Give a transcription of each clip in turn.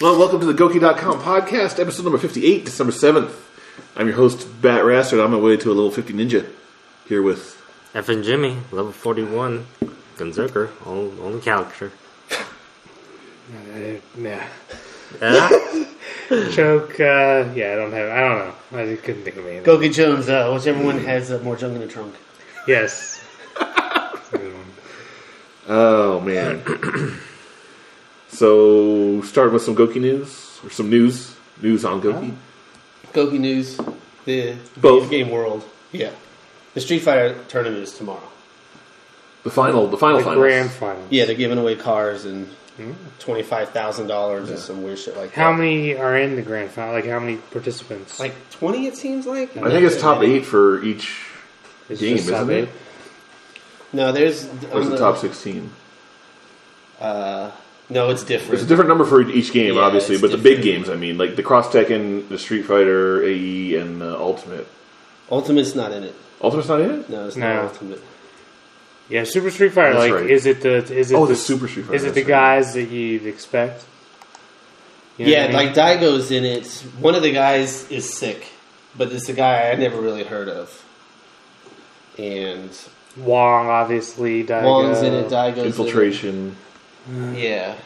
Well, welcome to the Goki.com podcast, episode number 58, December 7th. I'm your host, Bat Raster, and I'm on my way to a level 50 ninja here with. F and Jimmy, level 41, Gunzucker, only, only character. Uh, yeah. Yeah, Choke, uh, yeah, I don't have, I don't know. I just couldn't think of anything. Goki Jones, uh, whichever one has uh, more junk in the trunk. Yes. That's a good one. Oh, man. so, starting with some Goki news, or some news, news on Goki. Goki News, the Both. game world. Yeah. The Street Fighter tournament is tomorrow. The final, the final The finals. grand final. Yeah, they're giving away cars and $25,000 and some weird shit like that. How many are in the grand final? Like, how many participants? Like 20, it seems like? I think it's top eight for each It's game, just isn't top it? eight? No, there's. Or is on it the- top 16? Uh, no, it's different. It's a different number for each game, Yeah, obviously, it's but the big different. games, I mean, like the Cross Tekken, the Street Fighter, AE, and uh, Ultimate. Ultimate's not in it. Ultimate's not in it? No, it's No. not Ultimate. Yeah, Super Street Fighter. That's like, right. is it the is it Oh, the Super Street Fighter, Is it the that's right. guys that you'd expect? You know Yeah, what I mean? like Daigo's in it. One of the guys is sick, but it's a guy I never really heard of. And Wong, obviously. Daigo. Wong's in it, Daigo's in it. Infiltration. Yeah.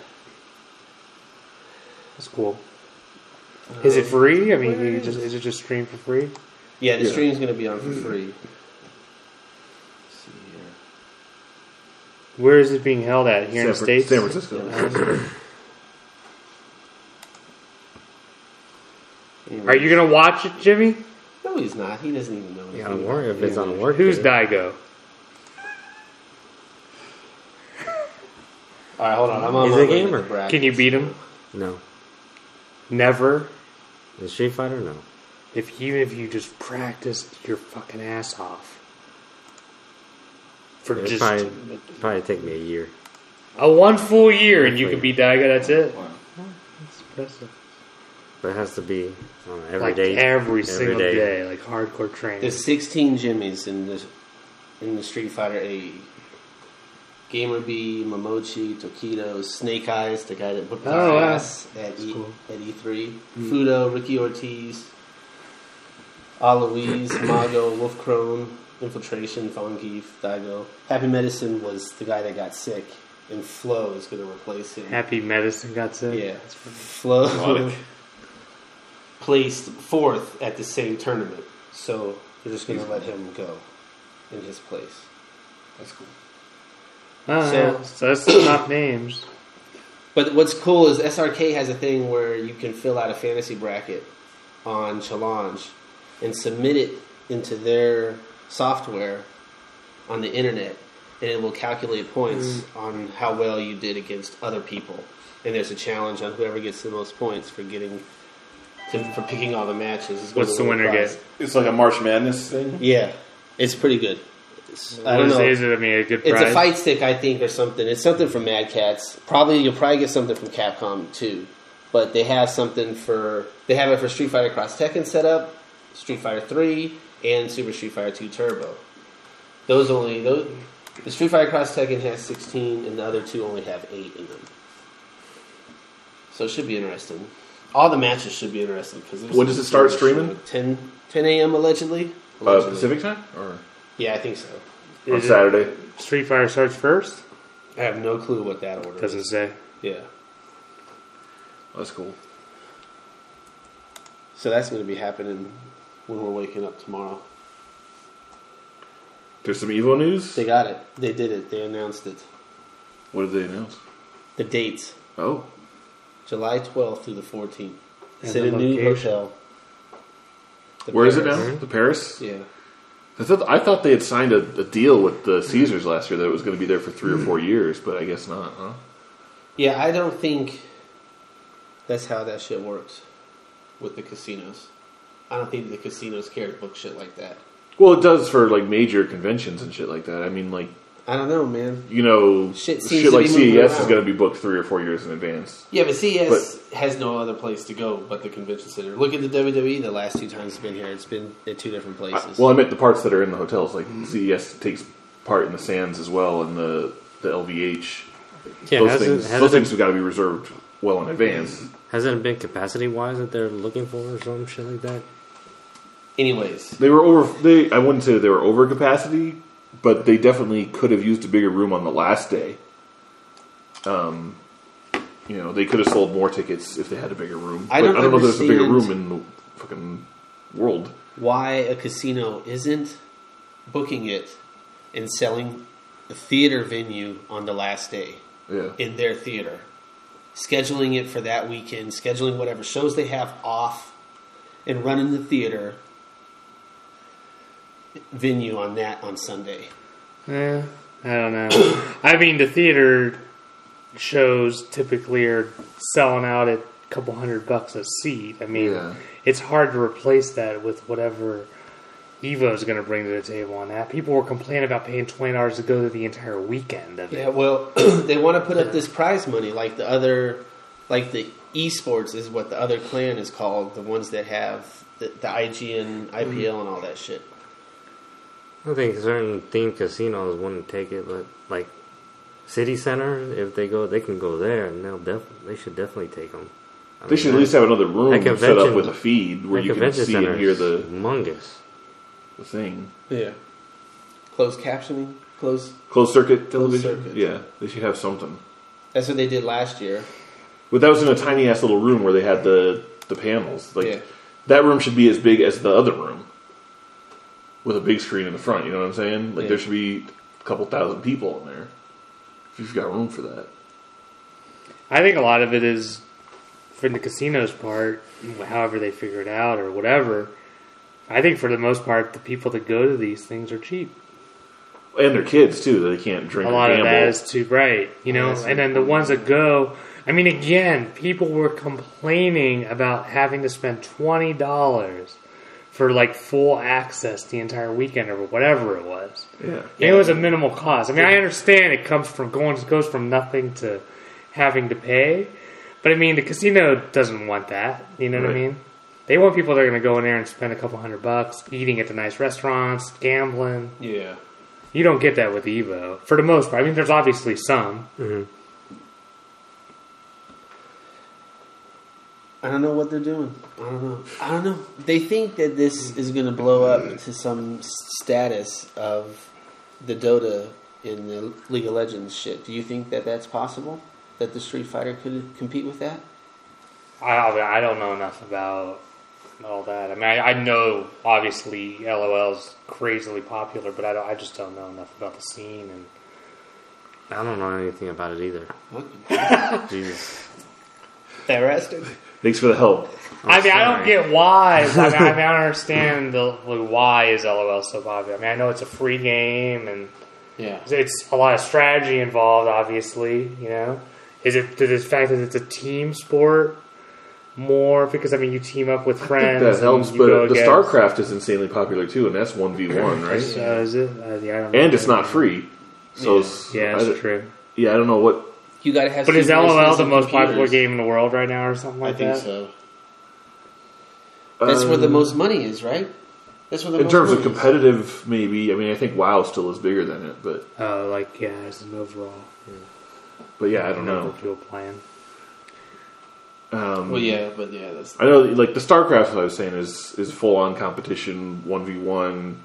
That's cool. Is it free? I mean, you just is it just streamed for free? Yeah, the Yeah. stream's going to be on for free. Where is it being held at? Here in the San Fran- states. San Francisco. Are you gonna watch it, Jimmy? No, he's not. He doesn't even know. anything. on Warrior, if it's on Warrior. Who's Daigo? All right, hold on. I'm on He's my a way with gamer. the bracket. Can you beat him? No. Never. The Street Fighter, no. If even if you just practiced your fucking ass off for It'd just probably, probably take me a year. a one full year, and you can beat Daigo. That's it. That's impressive. But it has to be I don't know, every Like day. every single day. like hardcore training. There's 16 Jimmys in the in the Street Fighter AE. Gamer B, Momochi, Tokido, Snake Eyes, the guy that whipped my Oh, wow. ass at, e, cool. at E3, Fudo, Ricky Ortiz, Aloise, Mago, Wolf Crone, Infiltration, Vongief, Daigo. Happy Medicine was the guy that got sick, and Flo is going to replace him. Happy medicine got sick. Yeah, Flo placed fourth at the same tournament, so they're just going to let him go in his place. That's cool. Ah, So- so that's the top names. But what's cool is SRK has a thing where you can fill out a fantasy bracket on Challenge and submit it into their software on the internet, and it will calculate points on how well you did against other people. And there's a challenge on whoever gets the most points for getting to, for picking all the matches. is gonna What's the win a winner prize. get? It's like a March Madness thing. Yeah, it's pretty good. It's- I What don't is, know. is it? I mean, a good It's prize. a fight stick, I think, or something. It's something from Mad Cats. Probably you'll probably get something from Capcom too. But they have something for they have it for Street Fighter Cross Tekken set up, Street Fighter Three, and Super Street Fighter Two Turbo. Those only those the Street Fighter Cross Tekken has sixteen, and the other two only have eight in them. So it should be interesting. All the matches should be interesting because When does it start streaming? 10, 10 a.m. allegedly. Uh, Allegedly. Pacific time or Yeah, I think so. Is on it- Saturday? Street Fighter starts first. I have no clue what that order is. Doesn't say. Yeah. That's cool. So that's going to be happening when we're waking up tomorrow. There's some Evo news. They got it. They did it. They announced it. What did they announce? The dates Oh, July 12th through the 14th. It's And in the a new location. hotel. The where is it now? Paris. The Paris. Yeah. I thought I thought they had signed a, a deal with the Caesars last year that it was going to be there for three or four years, but I guess not. Huh? Yeah, I don't think that's how that shit works with the casinos. I don't think the casinos care to book shit like that. Well, it does for like major conventions and shit like that. I mean, like I don't know, man. you know, Shit shit, seems to like be CES moving is around. going to be booked three or four years in advance. Yeah, but CES has no other place to go but the convention center. Look at the WWE the last two times it's been here. It's been at two different I, places. well, I meant the parts that are in the hotels. Like Mm-hmm. CES takes part in the Sands as well, and the the LVH. Yeah, those how's it- things, how those does it- things have got to be reserved well in advance. Hasn't it been capacity wise that they're looking for or some shit like that? Anyways, They were over. They I wouldn't say that they were over capacity, but they definitely could have used a bigger room on the last day. Um, you know, they could have sold more tickets if they had a bigger room. I But don't I don't know if there's a bigger room understand- in the fucking world. why a casino isn't booking it and selling the theater venue on the last day Yeah, in their theater, scheduling it for that weekend, scheduling whatever shows they have off, and running the theater venue on that on Sunday. Yeah, Eh, I don't know. I mean, the theater shows typically are selling out at a couple hundred bucks a seat. I mean, Yeah. it's hard to replace that with whatever Evo's going to bring to the table on that. People were complaining about paying twenty dollars to go to the entire weekend of it. Yeah, well, they want to put up this prize money like the other, like the esports is what the other clan is called, the ones that have the, the IGN, IPL, and all that shit. I think certain themed casinos wouldn't take it, but like City Center, if they go, they can go there, and they'll def- they should definitely take them. they should at least have another room That set up convention- with a feed where you can see and hear the, humongous. the thing. Yeah. Closed captioning, closed. Closed circuit television. circuit. Yeah, they should have something. That's what they did last year. But that was in a tiny ass little room where they had the the panels. Like Yeah. that room should be as big as the other room with a big screen in the front. You know what I'm saying? Like Yeah. there should be a couple thousand people in there if you've got room for that. I think a lot of it is for the casino's part, however they figure it out or whatever. I think for the most part, the people that go to these things are cheap. And their kids too. They can't drink. a lot or of gamble. that is too bright, you know. Yes. and then the ones that go, I mean, again, people were complaining about having to spend twenty dollars for like full access the entire weekend or whatever it was. yeah. It was a minimal cost. I mean, I understand it comes from going goes from nothing to having to pay, but I mean, the casino doesn't want that. You know what Right. I mean? They want people that are going to go in there and spend a couple hundred bucks eating at the nice restaurants, gambling. Yeah. You don't get that with Evo for the most part. I mean, there's obviously some. I don't know what they're doing. I don't know. I don't know. They think that this is going to blow up to some s- status of the Dota in the League of Legends shit. Do you think that that's possible? That the Street Fighter could compete with that? I I don't know enough about all that. I mean, I, I know obviously LOL's crazily popular, but I don't. I just don't know enough about the scene and. I don't know anything about it either. What? Jesus, Arrested? Thanks for the help. i mean, I don't sorry. get why. I mean, I, mean, I don't understand the like, why is LOL so popular. I mean, I know it's a free game and Yeah. it's a lot of strategy involved. Obviously, you know, is it the the fact that it's a team sport more because I mean you team up with friends. That helps, and you go but the against- StarCraft is insanely popular too, and that's one v one, right? So is it? Uh, yeah, I don't know. And it's not free, so it's- Yeah, I, that's true. yeah, I don't know what You got to have. But is two LOL versions the of most popular computers. game in the world right now, or something I like think that? Um, so. That's where the most money is, right? That's where the um, in most terms of money is. competitive. Maybe I mean I think WoW still is bigger than it, but Uh, like yeah, as an overall but yeah, I don't know. dual plan. Well, yeah, but yeah, that's I know, like the StarCraft, as I was saying, is is full on competition, one v one.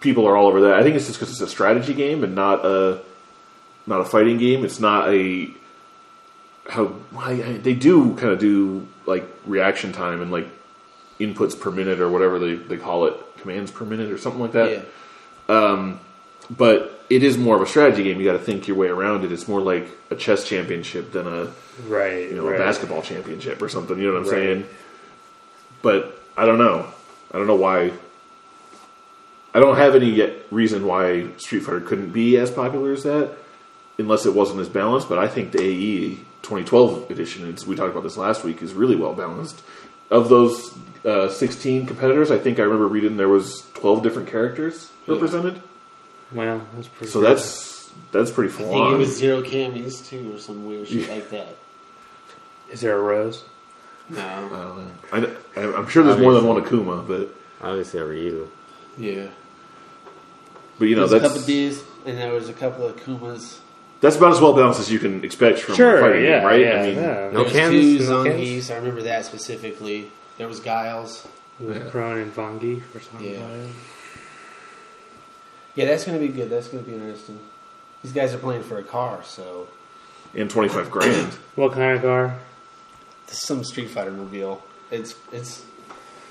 People are all over that. I think it's just because it's a strategy game and not a not a fighting game. It's not a how I, I- they do kind of do like reaction time and like inputs per minute or whatever they, they call it, commands per minute or something like that. yeah. But it is more of a strategy game. You got to think your way around it. It's more like a chess championship than a Right. you know, right. a basketball championship or something. You know what I'm Right. saying? But I don't know. I don't know why. I don't have any yet reason why Street Fighter couldn't be as popular as that, unless it wasn't as balanced. But I think the AE 2012 edition, it's, we talked about this last week, is really well balanced. Of those uh, 16 competitors, I think I remember reading there was 12 different characters represented. Well, that's pretty. So good. that's that's pretty full I think it on. was zero cameos too, or some weird shit like that. is there a rose? I No, don't know. I, I'm sure there's more than one Akuma, but obviously, are you? yeah. but you know There's a that's couple of D's, and there was a couple of Kumas. That's about as well balanced as you can expect from a Sure, fighting yeah, game, right? yeah, I mean, yeah. No there was Kansas, two no Zongies. I remember that specifically. There was Giles. Cronin von Geek or something. Yeah. Yeah, that's going to be good. That's going to be interesting. These guys are playing for a car, so and twenty five grand. What kind of car? this is some Street Fighter reveal. It's it's.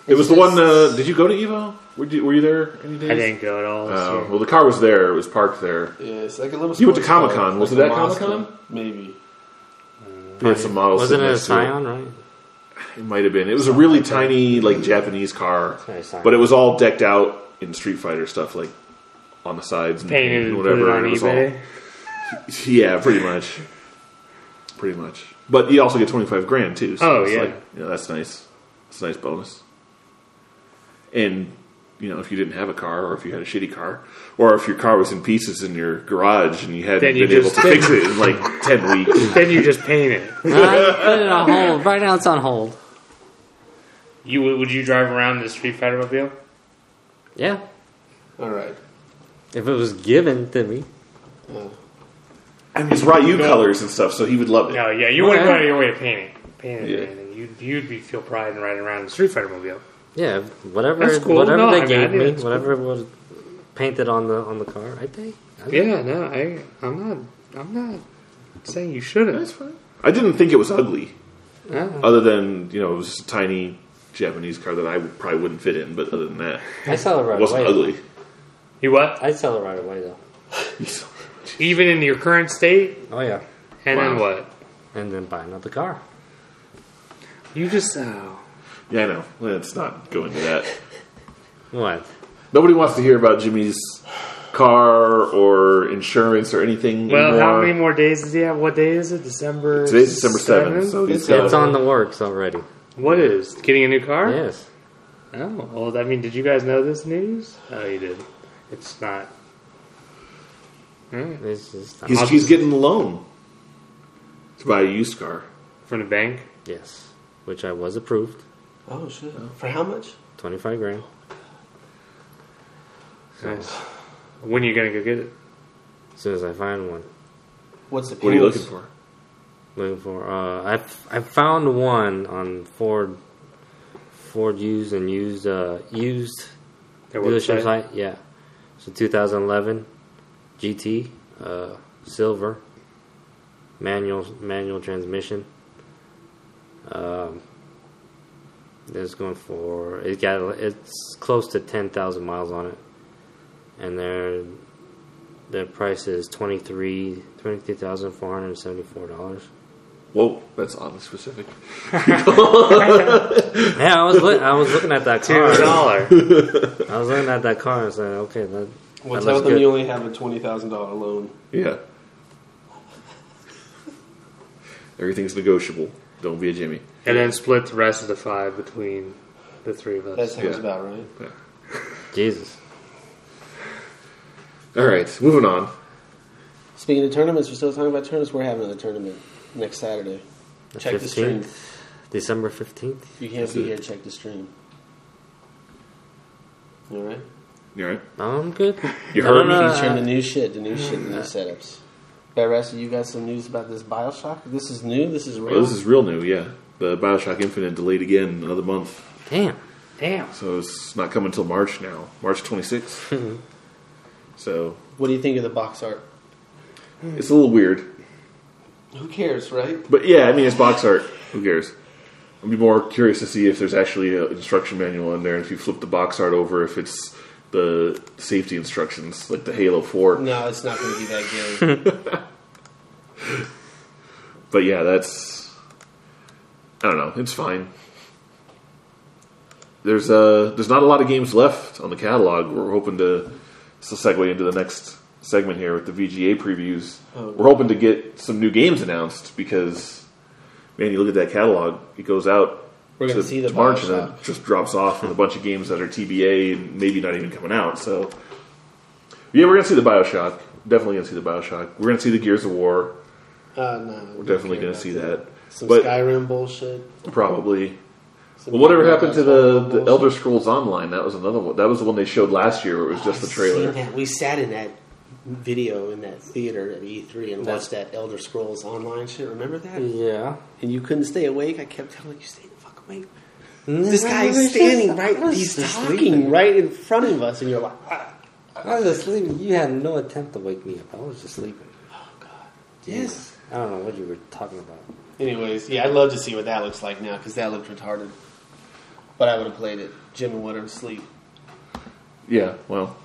It was the it's- one. Uh, did you go to Evo? Were you, were you there any days? I didn't go at all. this Uh, year. well, the car was there. It was parked there. Yeah, it's like a little. You went to sports car, Comic-Con. Was it like a at Mazda, Comic-Con? Maybe. They had some models. Wasn't sitting it a next to Scion, right? It might have been. It was a really tiny, like Japanese car, very silent. but it was all decked out in Street Fighter stuff, like on the sides and, Painted and and whatever. put it on and it was eBay. all- yeah, pretty much, pretty much. But you also get twenty five grand too. Oh, it's yeah. like, you know, that's nice. It's a nice bonus. And you know, if you didn't have a car, or if you had a shitty car, or if your car was in pieces in your garage and you hadn't Then you been able just- to fix it in like ten weeks, then you just paint it. I put it on hold. Right now it's on hold. You would you drive around in the Street Fighter mobile? Yeah. All right. If it was given to me. I mean, it's Ryu colors and stuff, so he would love it. No, yeah, you wouldn't Okay. go out of your way to paint it. Paint it, Yeah. paint it. You'd you'd be feel pride in riding around in the Street Fighter mobile. Yeah, whatever That's cool. whatever No, I they mean, I gave think me, that's whatever was painted on the on the car, I think. Yeah, no, I I'm not I'm not saying you shouldn't. That's fine. I didn't think it was ugly, No. other than you know it was just a tiny Japanese car that I would- probably wouldn't fit in. But other than that, I sell it it right wasn't away. ugly. You what? I sell it right away though. Even in your current state, Oh yeah. and then Wow. what? And then buy another car. You just oh. yeah, I know. Let's not go into that. What? Nobody wants to hear about Jimmy's car or insurance or anything. Well, anymore. how many more days does he have? What day is it? December. Today's December seventh, so he's It's got- It's on the works already. What is getting a new car? Yes. Oh well, I mean, did you guys know this news? Oh, you did. It's not. Mm, It's just he's, he's getting a loan to buy a used car. From the bank. yes. Which I was approved. Oh shit! For how much? Twenty five grand. Nice. When are you gonna go get it? As soon as I find one. What's the? What are you payments? looking for? looking for. Uh, I I found one on Ford Ford used and used uh, used Their dealership website? site. Yeah, so 2011 GT uh, silver manual manual transmission. Um, it's going for it got it's close to ten thousand miles on it, and their their price is twenty three twenty three thousand four hundred seventy four dollars. Whoa, that's oddly specific. Yeah, I was look I was looking at that Two car. dollar. I was looking at that car and saying, okay, that, Well, that tell looks them you good. only have a twenty thousand dollar loan. Yeah. Everything's negotiable. Don't be a Jimmy. and then split the rest of the five between the three of us. That sounds Yeah. about right. Jesus. All right, moving on. Speaking of tournaments, we're still talking about tournaments. We're having a tournament next Saturday. Check the stream. 15th? December fifteenth. If you can't be here, check the stream. All right. You all right? I'm good. You I heard don't me. know, Featuring I- the new shit, the new shit, the new setups. Better rest you got some news about this Bioshock. This is new. This is real. Well, this is real new, yeah. The Bioshock Infinite delayed again another month, Damn. Damn. so it's not coming until March now, March 26th. so what do you think of the box art? it's a little weird, Who cares, right? but yeah, I mean it's box art. Who cares? I'd be more curious to see if there's actually an instruction manual in there, and if you flip the box art over, if it's the safety instructions, like the Halo 4. No, it's not going to be that good. But yeah, that's I don't know. It's fine. There's uh there's not a lot of games left on the catalog. We're hoping to this will segue into the next segment here with the VGA previews. Oh. We're hoping to get some new games announced because man, you look at that catalog, it goes out We're gonna see the March and then Bioshock. just drops off with a bunch of games that are TBA and maybe not even coming out. So yeah, we're gonna see the Bioshock. Definitely gonna see the Bioshock. We're gonna see the Gears of War. Uh, no, We're definitely gonna see that. Some But- Skyrim bullshit. Probably. Some Well, whatever Black happened to Ops the, One the bullshit. Elder Scrolls Online? That was another one. That was the one they showed last year. Where it was just the I've trailer. seen that. We sat in that video in that theater at E3 and That's- watched that Mm. Elder Scrolls Online shit. Remember that? Yeah. And you couldn't stay awake. I kept telling you, stay the fuck awake. This guy's standing right. Mm. He's talking right in front of us, and you're like, "Ah, I was just sleeping. You had no attempt to wake me up. I was just sleeping. yes. I don't know what you were talking about. Anyways, yeah, I'd love to see what that looks like now because that looked retarded. But I would have played it. Jim and Woodham sleep. Yeah, well,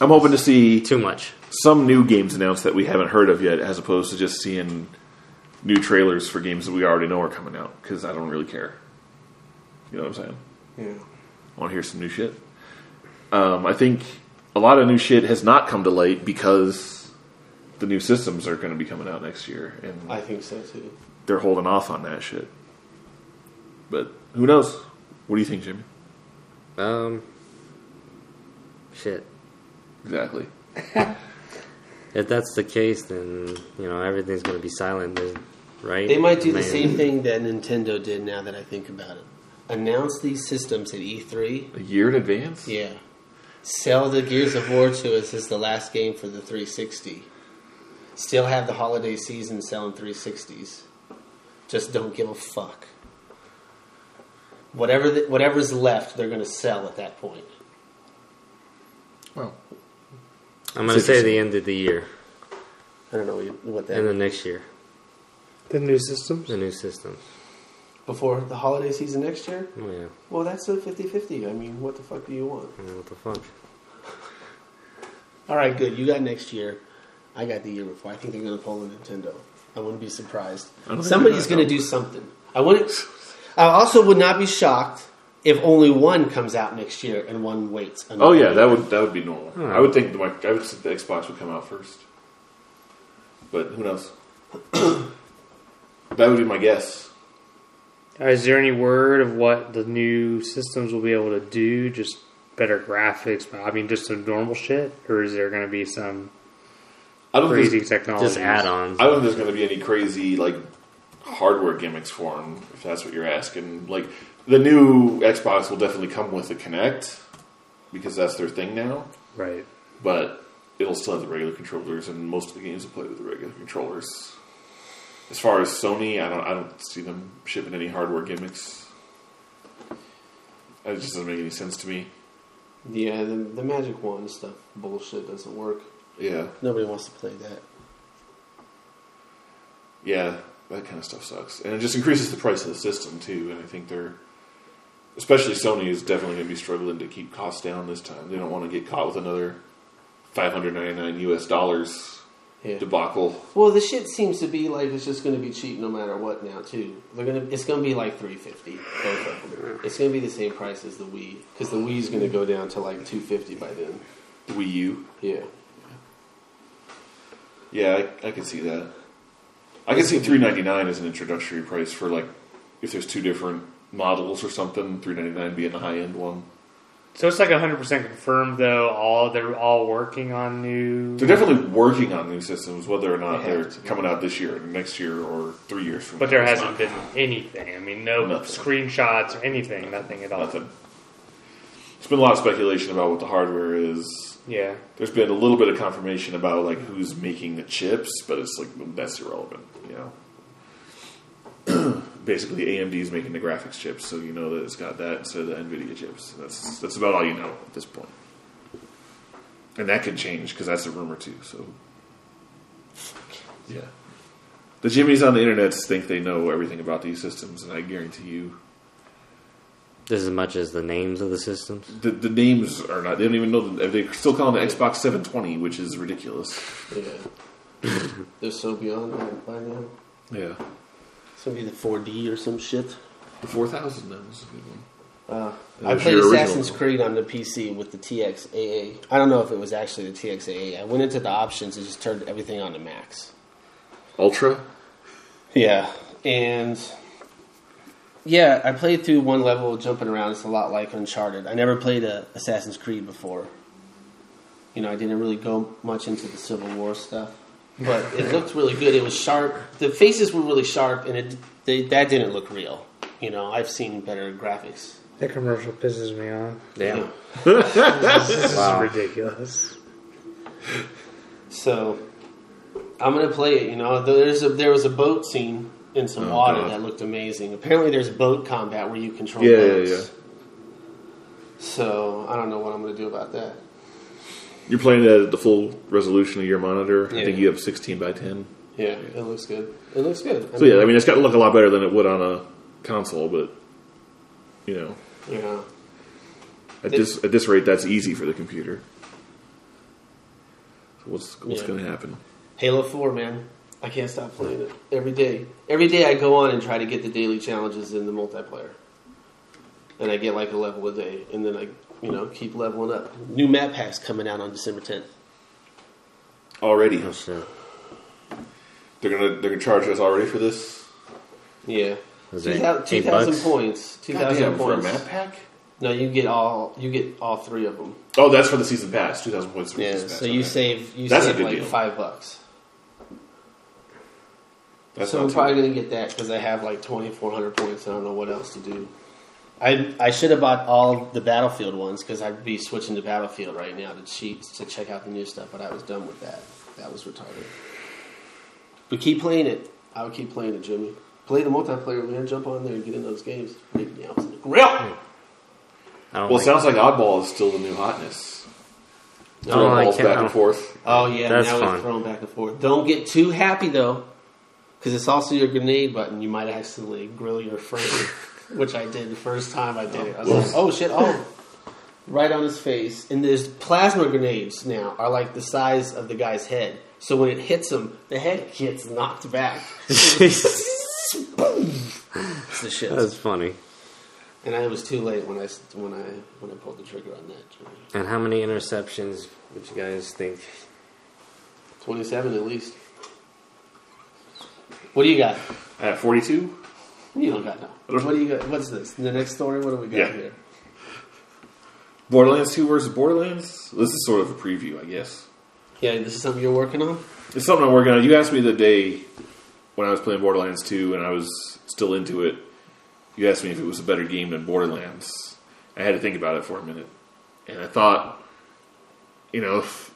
I'm hoping to see Too much. some new games announced that we haven't heard of yet, as opposed to just seeing new trailers for games that we already know are coming out. Because I don't really care. You know what I'm saying? Yeah. I want to hear some new shit. Um, I think a lot of new shit has not come to light because the new systems are going to be coming out next year, and I think so too. they're holding off on that shit. But who knows? What do you think, Jimmy? Um. Shit. Exactly. If that's the case, then you know everything's gonna be silent, then, right? They might do Man. the same thing that Nintendo did now that I think about it. Announce these systems at E E3. A year in advance? Yeah. Sell the Gears of War to us as the last game for the 360. Still have the holiday season selling 360s. Just don't give a fuck. Whatever the, whatever's left, they're going to sell at that point. Well, I'm gonna say the end of the year I don't know what you- what that and the next year, The new systems. the new system. before the holiday season next year. Oh yeah. Well, that's a 50-50. I mean, what the fuck do you want? I mean, what the fuck? All right, good. You got next year. I got the year before. I think they're going to pull a Nintendo. I wouldn't be surprised. I don't think Somebody's they're going gonna to do something. I wouldn't. I also would not be shocked if only one comes out next year and one waits. Another oh yeah, year. that would that would be normal. Hmm. I would think the, mic- I would think the Xbox would come out first, but who knows? that would be my guess. Is there any word of what the new systems will be able to do? Just better graphics? I mean, just some normal shit? Or is there going to be some I don't crazy think technology? Just add-ons. I don't think there's going to be any crazy like hardware gimmicks for them if that's what you're asking. Like the new Xbox will definitely come with a Kinect because that's their thing now, Right. but it'll still have the regular controllers, and most of the games will play with the regular controllers. As far as Sony, I don't I don't see them shipping any hardware gimmicks. It just doesn't make any sense to me. Yeah, the, the magic wand stuff bullshit doesn't work. Yeah, Nobody wants to play that. yeah, that kind of stuff sucks, and it just increases the price of the system too. And I think they're, especially Sony, is definitely going to be struggling to keep costs down this time. They don't want to get caught with another five hundred ninety nine U.S. dollars Yeah. debacle. Well, the shit seems to be like it's just going to be cheap no matter what now too. They're gonna it's going to be like three fifty. It's going to be the same price as the Wii because the Wii's going to go down to like two fifty by then. Wii U, Yeah, yeah, I, I can see that. I can see three ninety nine as an introductory price for like if there's two different models or something. Three ninety nine being the high end one. So it's like 100% confirmed, though. All They're all working on new. They're definitely working on new systems, whether or not They they're have to. coming out this year, next year, or three years from. But now. there It's not hasn't been anything. I mean, no Nothing. screenshots or anything. Nothing at all. Nothing. There's been a lot of speculation about what the hardware is. Yeah. There's been a little bit of confirmation about like who's making the chips, but it's like that's irrelevant, you know. Basically, AMD's making the graphics chips, so you know that it's got that instead of the Nvidia chips. That's that's about all you know at this point, and that could change because that's a rumor too. So, yeah, the Jimmys on the internet think they know everything about these systems, and I guarantee you Just as much as the names of the systems. The, the names are not. They don't even know. The, they're still calling it Xbox 720, which is ridiculous. yeah. They're so beyond that by now. Yeah, It's going to be the four D or some shit. the 4000 then is a good one. Uh, That I was played your original Assassin's one. Creed on the PC with the TXAA. I don't know if it was actually the TXAA. I went into the options and just turned everything on to max. Ultra. Yeah, and yeah, I played through one level jumping around. It's a lot like Uncharted. I never played a Assassin's Creed before. You know, I didn't really go much into the Civil War stuff, but it looked really good. It was sharp. The faces were really sharp, and it they, that didn't look real. You know, I've seen better graphics. That commercial pisses me off. Damn. This is Wow. Oh, ridiculous. So I'm gonna play it. You know, there's a, there was a boat scene in some Oh, water God. that looked amazing. Apparently, there's boat combat where you control Yeah, yeah, boats. yeah. So I don't know what I'm gonna do about that. You're playing it at the full resolution of your monitor. I Yeah. think you have 16 by 10. Yeah, it looks good. It looks good. So yeah, I mean, it's got to look a lot better than it would on a console, but you know, yeah. at this at this rate, that's easy for the computer. So what's what's Yeah. going to happen? Halo Four, man. I can't stop playing it every day. Every day I go on and try to get the daily challenges in the multiplayer, and I get like a level a day, and then I, you know, keep leveling up. New map packs coming out on December 10th. Already, Oh shit. they're gonna they're gonna charge us already for this. Yeah, Was it two thou- two eight thousand bucks? points. Two thousand Goddamn, for a points. map pack? No, you get all you get all three of them. Oh, that's for the season pass. Two thousand points. For the Yeah, season pass, so you okay. save you That's a save good like deal. five bucks. that's so not I'm too probably gonna get that because I have like 2,400 points. and I don't know what else to do. I I should have bought all the Battlefield ones because I'd be switching to Battlefield right now to cheat to check out the new stuff. But I was done with that. That was retarded. But keep playing it. I would keep playing it, Jimmy. Play the multiplayer, man. Jump on there and get in those games. Make me out to the grill. I don't Well, it like, sounds like Oddball is still the new hotness. I don't Throwing like balls it. back I and don't- forth. Oh yeah, That's now fun. it's thrown back and forth. Don't get too happy though, because it's also your grenade button. You might accidentally grill your friend, which I did the first time I did it. I was like, oh shit, oh, right on his face. And there's plasma grenades now are like the size of the guy's head. So when it hits him, the head gets knocked back. It's the shit. That's funny. And I was too late when I s- when I when I pulled the trigger on that. And how many interceptions would you guys think? Twenty-seven at least. What do you got? At forty-two, You don't got no. What do you got? What's this? The next story? What do we got Yeah. here? Borderlands Two versus Borderlands. This is sort of a preview, I guess. Yeah, this is something you're working on. It's something I'm working on. You asked me the day when I was playing Borderlands 2 and I was still into it. You asked me if it was a better game than Borderlands. I had to think about it for a minute. And I thought, you know, if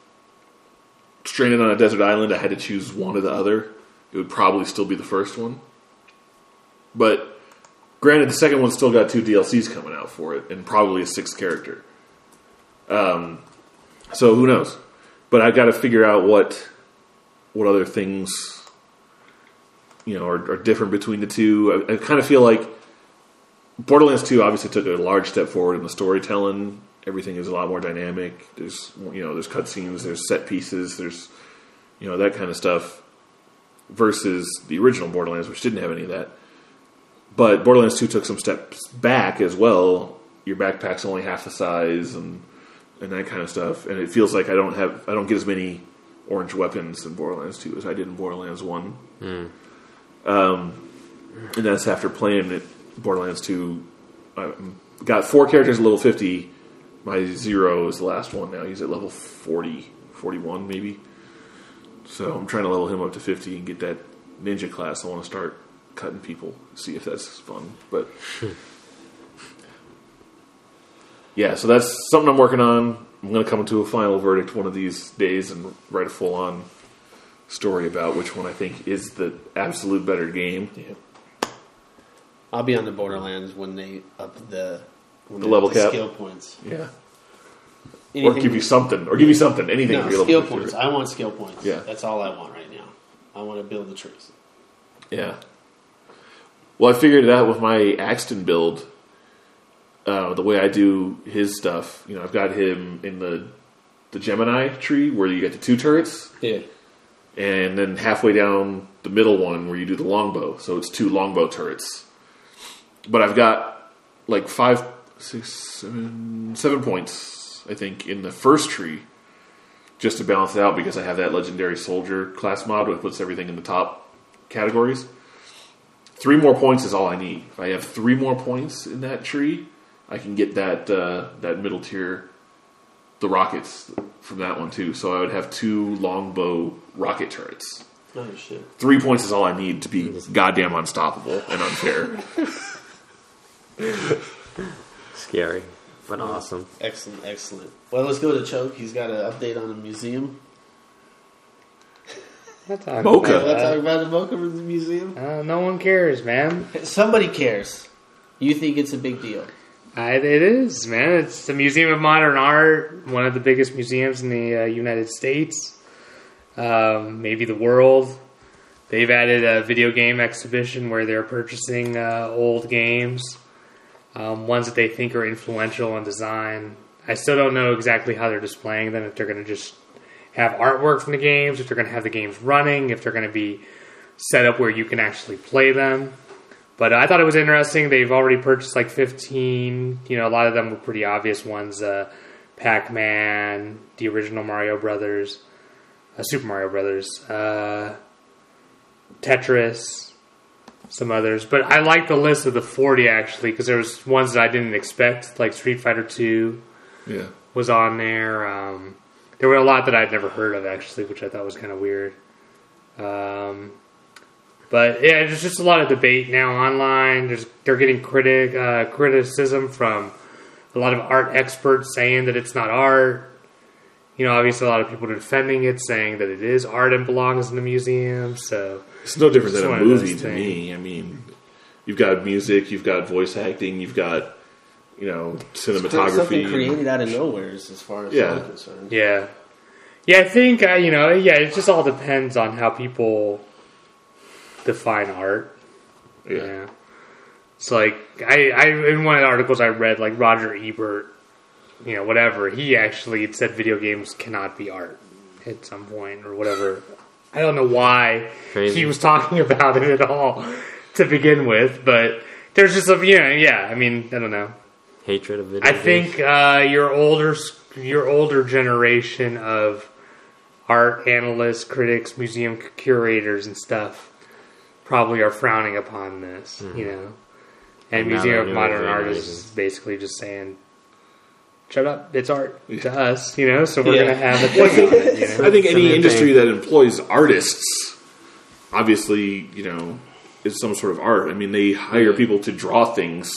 stranded on a desert island, I had to choose one or the other. It would probably still be the first one. But granted, the second one's still got two DLCs coming out for it and probably a sixth character. Um, so who knows? But I've got to figure out what what other things you know are, are different between the two. I, I kind of feel like Borderlands Two obviously took a large step forward in the storytelling. Everything is a lot more dynamic. There's you know there's cutscenes, there's set pieces, there's you know that kind of stuff. Versus the original Borderlands, which didn't have any of that. But Borderlands Two took some steps back as well. Your backpack's only half the size, and and that kind of stuff. And it feels like I don't have I don't get as many orange weapons in Borderlands Two as I did in Borderlands One. Um, and that's after playing it, Borderlands Two. I got four characters at level fifty. My zero is the last one now. He's at level 40, 41 maybe. So I'm trying to level him up to fifty and get that ninja class. I want to start cutting people. See if that's fun, but. Yeah, so that's something I'm working on. I'm going to come to a final verdict one of these days and write a full on story about which one I think is the absolute better game. Yeah. I'll be on the Borderlands when they up the when The they level up the cap? skill points. Yeah. Or Anything- give you something. Or give you something. Anything. no, for your skill level. points. I want skill points. Yeah. that's all I want right now. I want to build the trees. Yeah. Well, I figured it out with my Axton build. Uh, the way I do his stuff, you know, I've got him in the the Gemini tree where you get the two turrets. Yeah, and then halfway down the middle one where you do the longbow. So it's two longbow turrets. But I've got like five, six, seven, seven points, I think, in the first tree just to balance it out because I have that legendary soldier class mod which puts everything in the top categories. Three more points is all I need. If I have three more points in that tree, I can get that uh, that middle tier the rockets from that one too. So I would have two longbow rocket turrets. oh shit. Three points is all I need to be goddamn unstoppable and unfair. Scary, but awesome. Excellent, excellent. Well, let's go to Choke. He's got an update on the museum. Let's not talk Mocha. about Let's that. talk about the Boca Museum. Uh, no one cares, man. Somebody cares. You think it's a big deal. I, it is, man. It's the Museum of Modern Art, one of the biggest museums in the uh, United States, um, maybe the world. They've added a video game exhibition where they're purchasing uh, old games, um, ones that they think are influential in design. I still don't know exactly how they're displaying them, if they're going to just have artwork from the games, if they're going to have the games running, if they're going to be set up where you can actually play them. But I thought it was interesting. They've already purchased like 15. You know, a lot of them were pretty obvious ones uh, Pac Man, the original Mario Brothers, uh, Super Mario Brothers, uh, Tetris, some others. But I like the list of the 40 actually because there was ones that I didn't expect, like Street Fighter 2 Yeah. was on there. Um, there were a lot that I'd never heard of actually, which I thought was kind of weird. Um, but yeah, there's just a lot of debate now online. There's they're getting critic uh, criticism from a lot of art experts saying that it's not art. You know, obviously a lot of people are defending it, saying that it is art and belongs in the museum. So It's no different It's than one a of those movie to things. me. I mean, you've got music, you've got voice acting, you've got you know cinematography. Something created out of nowhere, is as far as Yeah. I'm concerned. Yeah, yeah. I think uh, you know. Yeah, it just all depends on how people define art. Yeah. Yeah. It's like I, I in one of the articles I read, like Roger Ebert, you know, whatever, he actually had said video games cannot be art at some point or whatever. I don't know why Crazy. he was talking about it at all to begin with, but there's just a you know, yeah, I mean, I don't know. Hatred of video I games. think uh, your older your older generation of art analysts, critics, museum curators, and stuff probably are frowning upon this. You know, and, now Museum they're of new Modern Art generations. is basically just saying, "Shut up, it's art to us." You know, so we're Yeah. gonna have a thing on it. You know? I think It's a any new industry thing. that employs artists, obviously, you know, is some sort of art. I mean, they hire people to draw things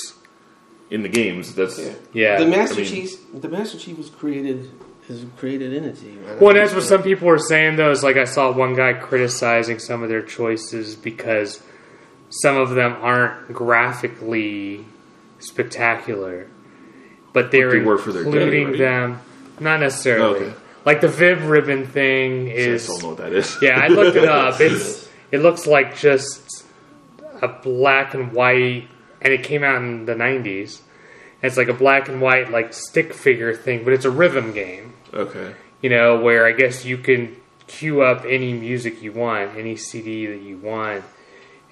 in the games. That's Yeah, The Master I mean- Chief, the Master Chief was created is a created entity. right? Well, and that's what some people were saying though. Is like I saw one guy criticizing some of their choices because some of them aren't graphically spectacular, but they're they were for their day, including right? them. Not necessarily. Okay. Like the Viv ribbon thing I is. don't know what that is. Yeah, I looked it up. It's it looks like just a black and white, and it came out in the '90s. It's like a black and white like stick figure thing, but it's a rhythm game okay. you know, where I guess you can queue up any music you want, any CD that you want,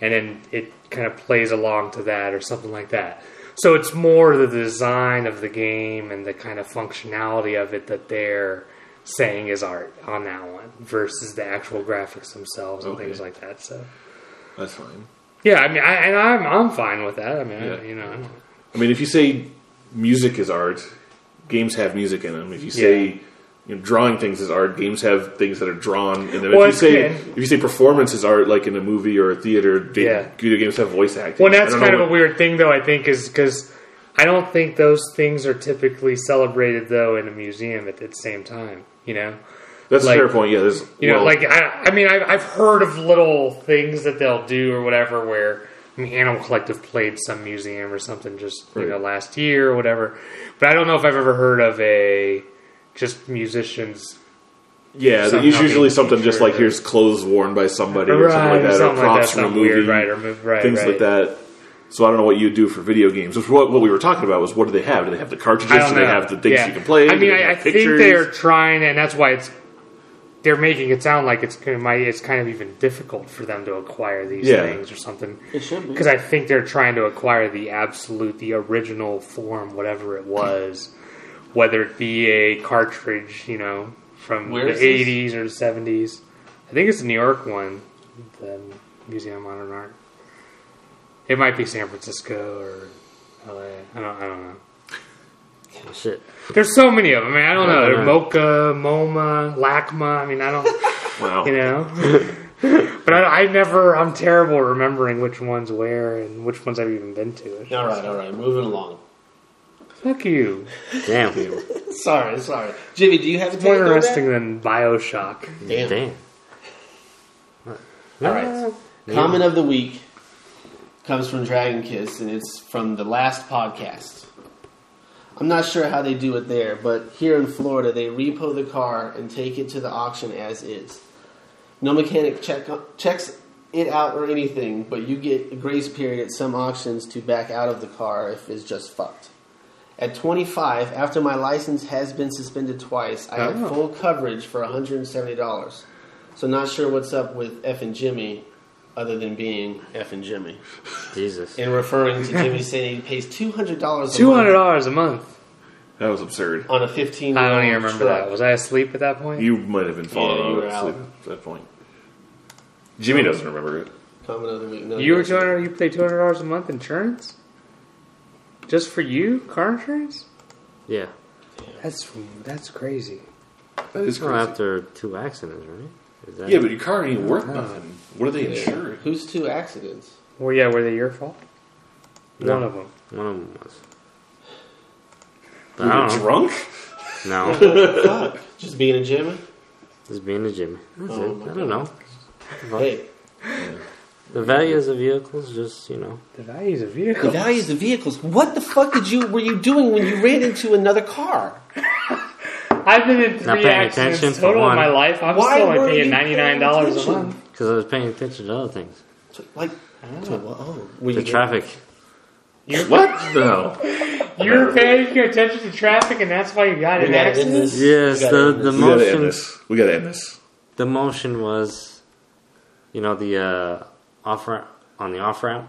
and then it kind of plays along to that or something like that. So it's more the design of the game and the kind of functionality of it that they're saying is art on that one versus the actual graphics themselves and Okay. things like that. So That's fine. yeah, I mean, I, and I'm I'm fine with that. I mean, I- Yeah. you know, I don't- I mean, if you say music is art, games have music in them. If you say Yeah. you know, drawing things is art, games have things that are drawn in them. Well, if you say it's- if you say performance is art, like in a movie or a theater, ga- Yeah. video games have voice acting. Well, that's I don't know kind of a what- weird thing, though. I think is because I don't think those things are typically celebrated though in a museum at the same time. You know, That's like- a fair point. Yeah, there's you know, well, like I, I mean, I've, I've heard of little things that they'll do or whatever. Where I mean, Animal Collective played some museum or something just you Right. know last year or whatever. But I don't know if I've ever heard of a just musicians yeah, somehow there's being usually something just featured like or- here's clothes worn by somebody or something like Right, that, something or like that, props something removed, weird, right, or move- right, things right. like that. So I don't know what you do for video games. Which what, what we were talking about was what do they have? Do they have the cartridges? I Do don't they know. have the things Yeah. you can play? I Do mean, they I, I have think pictures? they're trying, and that's why it's they're making it sound like it's gonna- might it's kind of even difficult for them to acquire these Yeah. things or something. It should be. Because I think they're trying to acquire the absolute, the original form, whatever it was, whether it be a cartridge, you know, from Where the is '80s this? or the '70s. I think it's the New York one, the Museum of Modern Art. It might be San Francisco or LA. I don't. I don't know. Oh, Shit. There's so many of them. I mean, I don't know. I They're know. Mocha, MoMA, LACMA. I mean, I don't, wow. you know. but I, I never, I'm terrible at remembering which one's where and which ones I've even been to. All right, all right, moving along. Fuck you. Damn. Sorry, sorry, Jimmy. Do you have a More take on that? interesting than Bioshock. Damn. Damn. All right. Comment of the week comes from Dragon Kiss, and it's from the last podcast. I'm not sure how they do it there, but here in Florida, they repo the car and take it to the auction as is. No mechanic check, checks it out or anything, but you get a grace period at some auctions to back out of the car if it's just fucked. At 25, after my license has been suspended twice, I had Oh. full coverage for $170. So not sure what's up with F and Jimmy, other than being F and Jimmy, Jesus. and referring to Jimmy saying he pays two hundred dollars. Two hundred dollars a month. That was absurd. on a fifteen. I don't even remember that. Was I asleep at that point? You might have been Yeah, you falling were yeah, out. asleep at that point. Jimmy doesn't remember it. Comment of the week. No, You were no. two hundred. You pay two hundred dollars a month insurance, just for you, car insurance. Yeah. That's that's crazy. That is Well, crazy. after two accidents, right? Is that Yeah, but your car ain't worth nothing. What are they insured? Who's two accidents? Well, yeah, were they your fault? No. None of them. one of them was. But Were I they don't drunk? know. No, Fuck. Just being a Jimmy. just being a Jimmy. That's Oh, it. my I don't know. Hey, The values of vehicles, just you know, The values of the vehicles. values of vehicles. What the fuck did you were you doing when you ran into another car? I've been in three paying attention accidents for total in one. my life. I'm Why still were only you paying ninety paying nine dollars a attention? month. Ah. because I was paying attention to other things. So, Like, so, well, oh, were The you- traffic. What the hell? You're paying attention to traffic, and that's why you got We in gotta end accidents. this. Yes, We gotta the end We the this. gotta end motion this. We gotta end this. the motion was, you know, the uh, off ramp on the off ramp.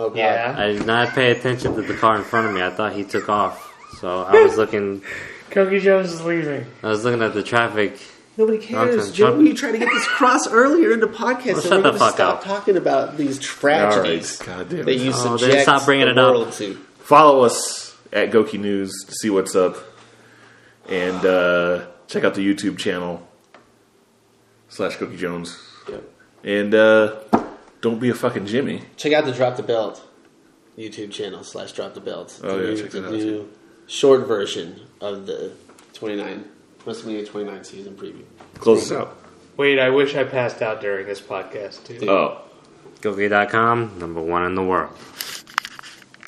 Oh, God. Yeah, I did not pay attention to the car in front of me. I thought he took off, so I was looking. Cookie Jones is leaving. I was looking at the traffic. Nobody Nonsense. cares, Joe. You tried to get this cross earlier in the podcast, Well, so shut we're the going to fuck stop up. talking about these All tragedies right. God damn that you it. Oh, they subject stopped bringing the it up. world to. Follow us at Goki News to see what's up, and uh, check out the YouTube channel slash Goki Jones. And uh, don't be a fucking Jimmy. Check out the Drop the Belt YouTube channel slash Drop the Belt. Oh, the yeah, new, check the that out, new too. short version of the 29 WrestleMania 29 season preview. Close us out. Wait, I wish I passed out during this podcast too. Oh. Gogi.com, number one in the world.